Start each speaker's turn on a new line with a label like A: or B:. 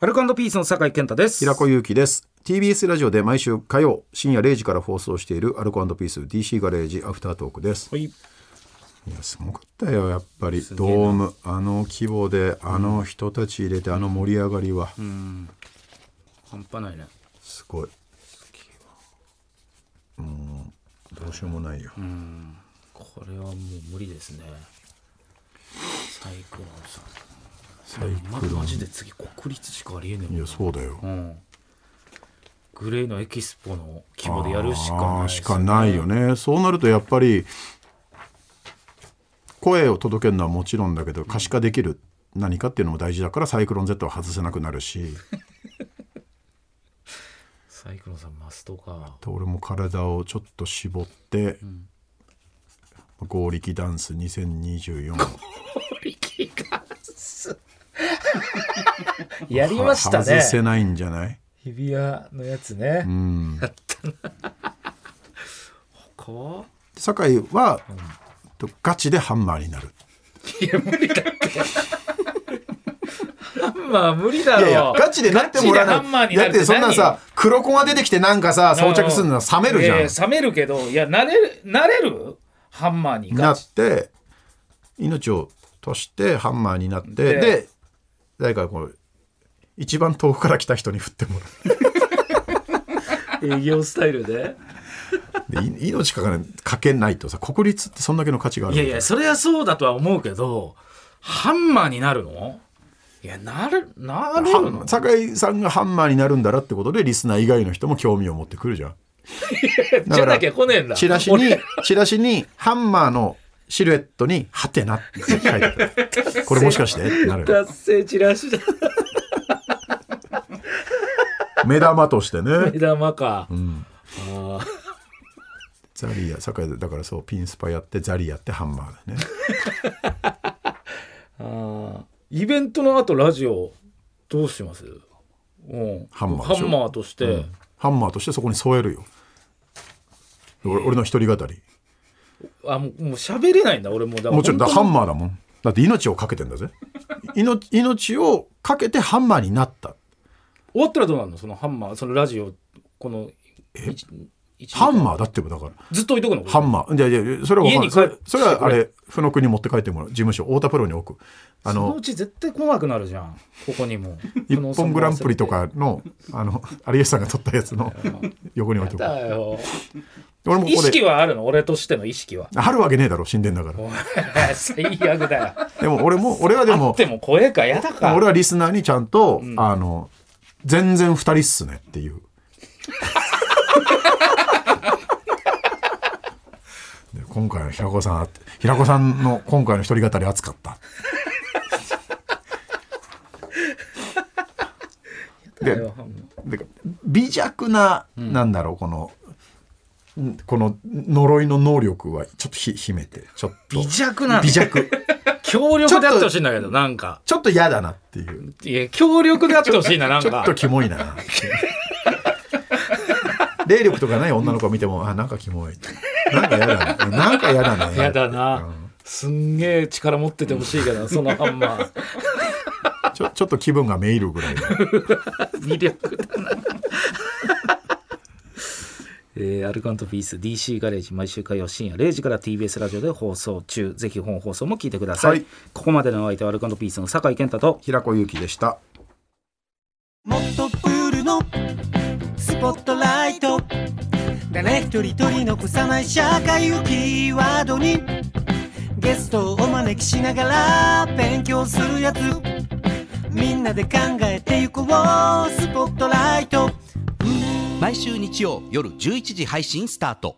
A: アルコピースの酒井健太です。
B: 平子祐希です TBS ラジオで毎週火曜深夜0時から放送しているアルコピース DC ガレージアフタートークです
A: はい。
B: いやすごかったよやっぱりドームあの規模であの人たち入れてあの盛り上がりは
A: 半端ないね。
B: すごいうんどうしようもないよ
A: これはもう無理ですね。サイクロンさん。
B: 最高
A: ま、マジで次国立しかありえねえ
B: い
A: もん
B: やそうだよ
A: うん。グレーのエキスポの規模でやるしかない
B: あー
A: です
B: し
A: ね
B: かないよねそうなるとやっぱり声を届けるのはもちろんだけど可視化できる何かっていうのも大事だからサイクロン Z は外せなくなるし
A: サイクロンさんマストか。
B: 俺も体をちょっと絞って、合力ダンス2024
A: やりました
B: 外せ
A: ね。
B: ないんじゃない
A: 日比谷のやつね。
B: うん
A: こ
B: 酒井は、とガチでハンマーになる
A: ういや、無理だって。まあ無理だ
B: い
A: ろう。
B: やいやガチでなってもら
A: ガチでハンマー
B: わない
A: にな
B: だ
A: る
B: っ
A: って
B: て
A: 何
B: そんなさ黒子が出てきてなんかさ装着するのは冷めるじゃん
A: いやいや冷めるけど、いや、慣れる、慣れるハンマーに
B: な
A: ガチ。
B: って命をとしてハンマーになってで
A: で
B: 誰かこう一番遠くから来た人に振っても
A: 営業スタイルで。
B: らうでい命かかないかけないとさ国立ってそんだけの価値がある
A: いやいや、それはそうだとは思うけど、ハンマーになるのいや、なる、なる
B: は
A: の
B: 酒井さんがハンマーになるんだらってことでリスナー以外の人も興味を持ってくるじゃん。だ
A: じ
B: か
A: ゃ
B: ら
A: なきゃ来ねえんだ。
B: チラシ
A: 俺
B: にチラシにハンマーのシルエットに「ハテナ」って書いてあ るこれもしかしてってなるよ
A: 達成チラシだ。
B: 目玉と してね
A: 目玉か。あー
B: ザリア酒井だからそうピンスパやってザリやってハンマーだね。
A: あーイベントの後、ラジオ、どうしますうん。
B: ハンマー
A: ハ
B: でしょ
A: ンマーとして。
B: ハンマーとしてそこに添えるよ。俺俺の一人語り。
A: あ、もう、もう喋れないんだ、俺もう。だから
B: もちろんだ
A: 本
B: ハンマーだもん。だって命をかけてんだぜ。命命をかけてハンマーになった。
A: 当に終わったらどうなるのそのハンマー、そのラジオ、この、一一
B: ハンマーだってばだから。
A: ずっと置いとくの
B: ハンマー。いやいやいやそれはわかんな
A: 家
B: い
A: に帰っ
B: それそれはあれ、付録に持って帰ってもらう。事務所、太田プロに置く。あ
A: その
B: の
A: う、ち絶対来なくなるじゃんここにも
B: 一
A: この
B: 本グランプリとかの、あの、有吉さんが撮ったやつ の横に置いとく。
A: だよ
B: 俺もこ
A: 意
B: こ
A: 識
B: で。
A: はあるの俺としての意識は
B: あるわけねえだろ、死んでんだから。
A: 最悪 だよ
B: でも俺も、俺は で
A: あ
B: も
A: っ、ても声かやだか
B: 俺はリスナーにちゃんと、あの全然二人っすねっ ていうで今回の平子さん平子さんの今回の一人語り熱かった
A: だ
B: で
A: よ
B: で微弱な、なんだろうこのんこの呪いの能力はちょっとひ秘めてちょっと
A: 微弱なの
B: 微弱
A: 強力であってほしいんだけどなんか
B: ちょっと嫌だなっていう
A: いや強力であってほしいななん
B: ちょっ
A: か
B: とキモいな霊力とかない女の子を見てもあなんかキモいなんか嫌だねなんか嫌だね
A: やだなすんげえ力持っててほしいけどそのハンマー
B: ちょちょっと気分がめいるぐらいの
A: 魅力だな えー、アルカントピース DC ガレージ毎週火曜深夜0時から TBS ラジオで放送中ぜひ本放送も聞いてください、
B: はい
A: ここまでのお相手はアルカントピースの酒井健太と
B: 平子祐希でした
C: もっとプールのスポットライト誰一人取り残さない社会をキーワードにゲストをお招きしながら勉強するやつみんなで考えてゆこうスポットライト
D: 毎週日曜夜11時配信スタート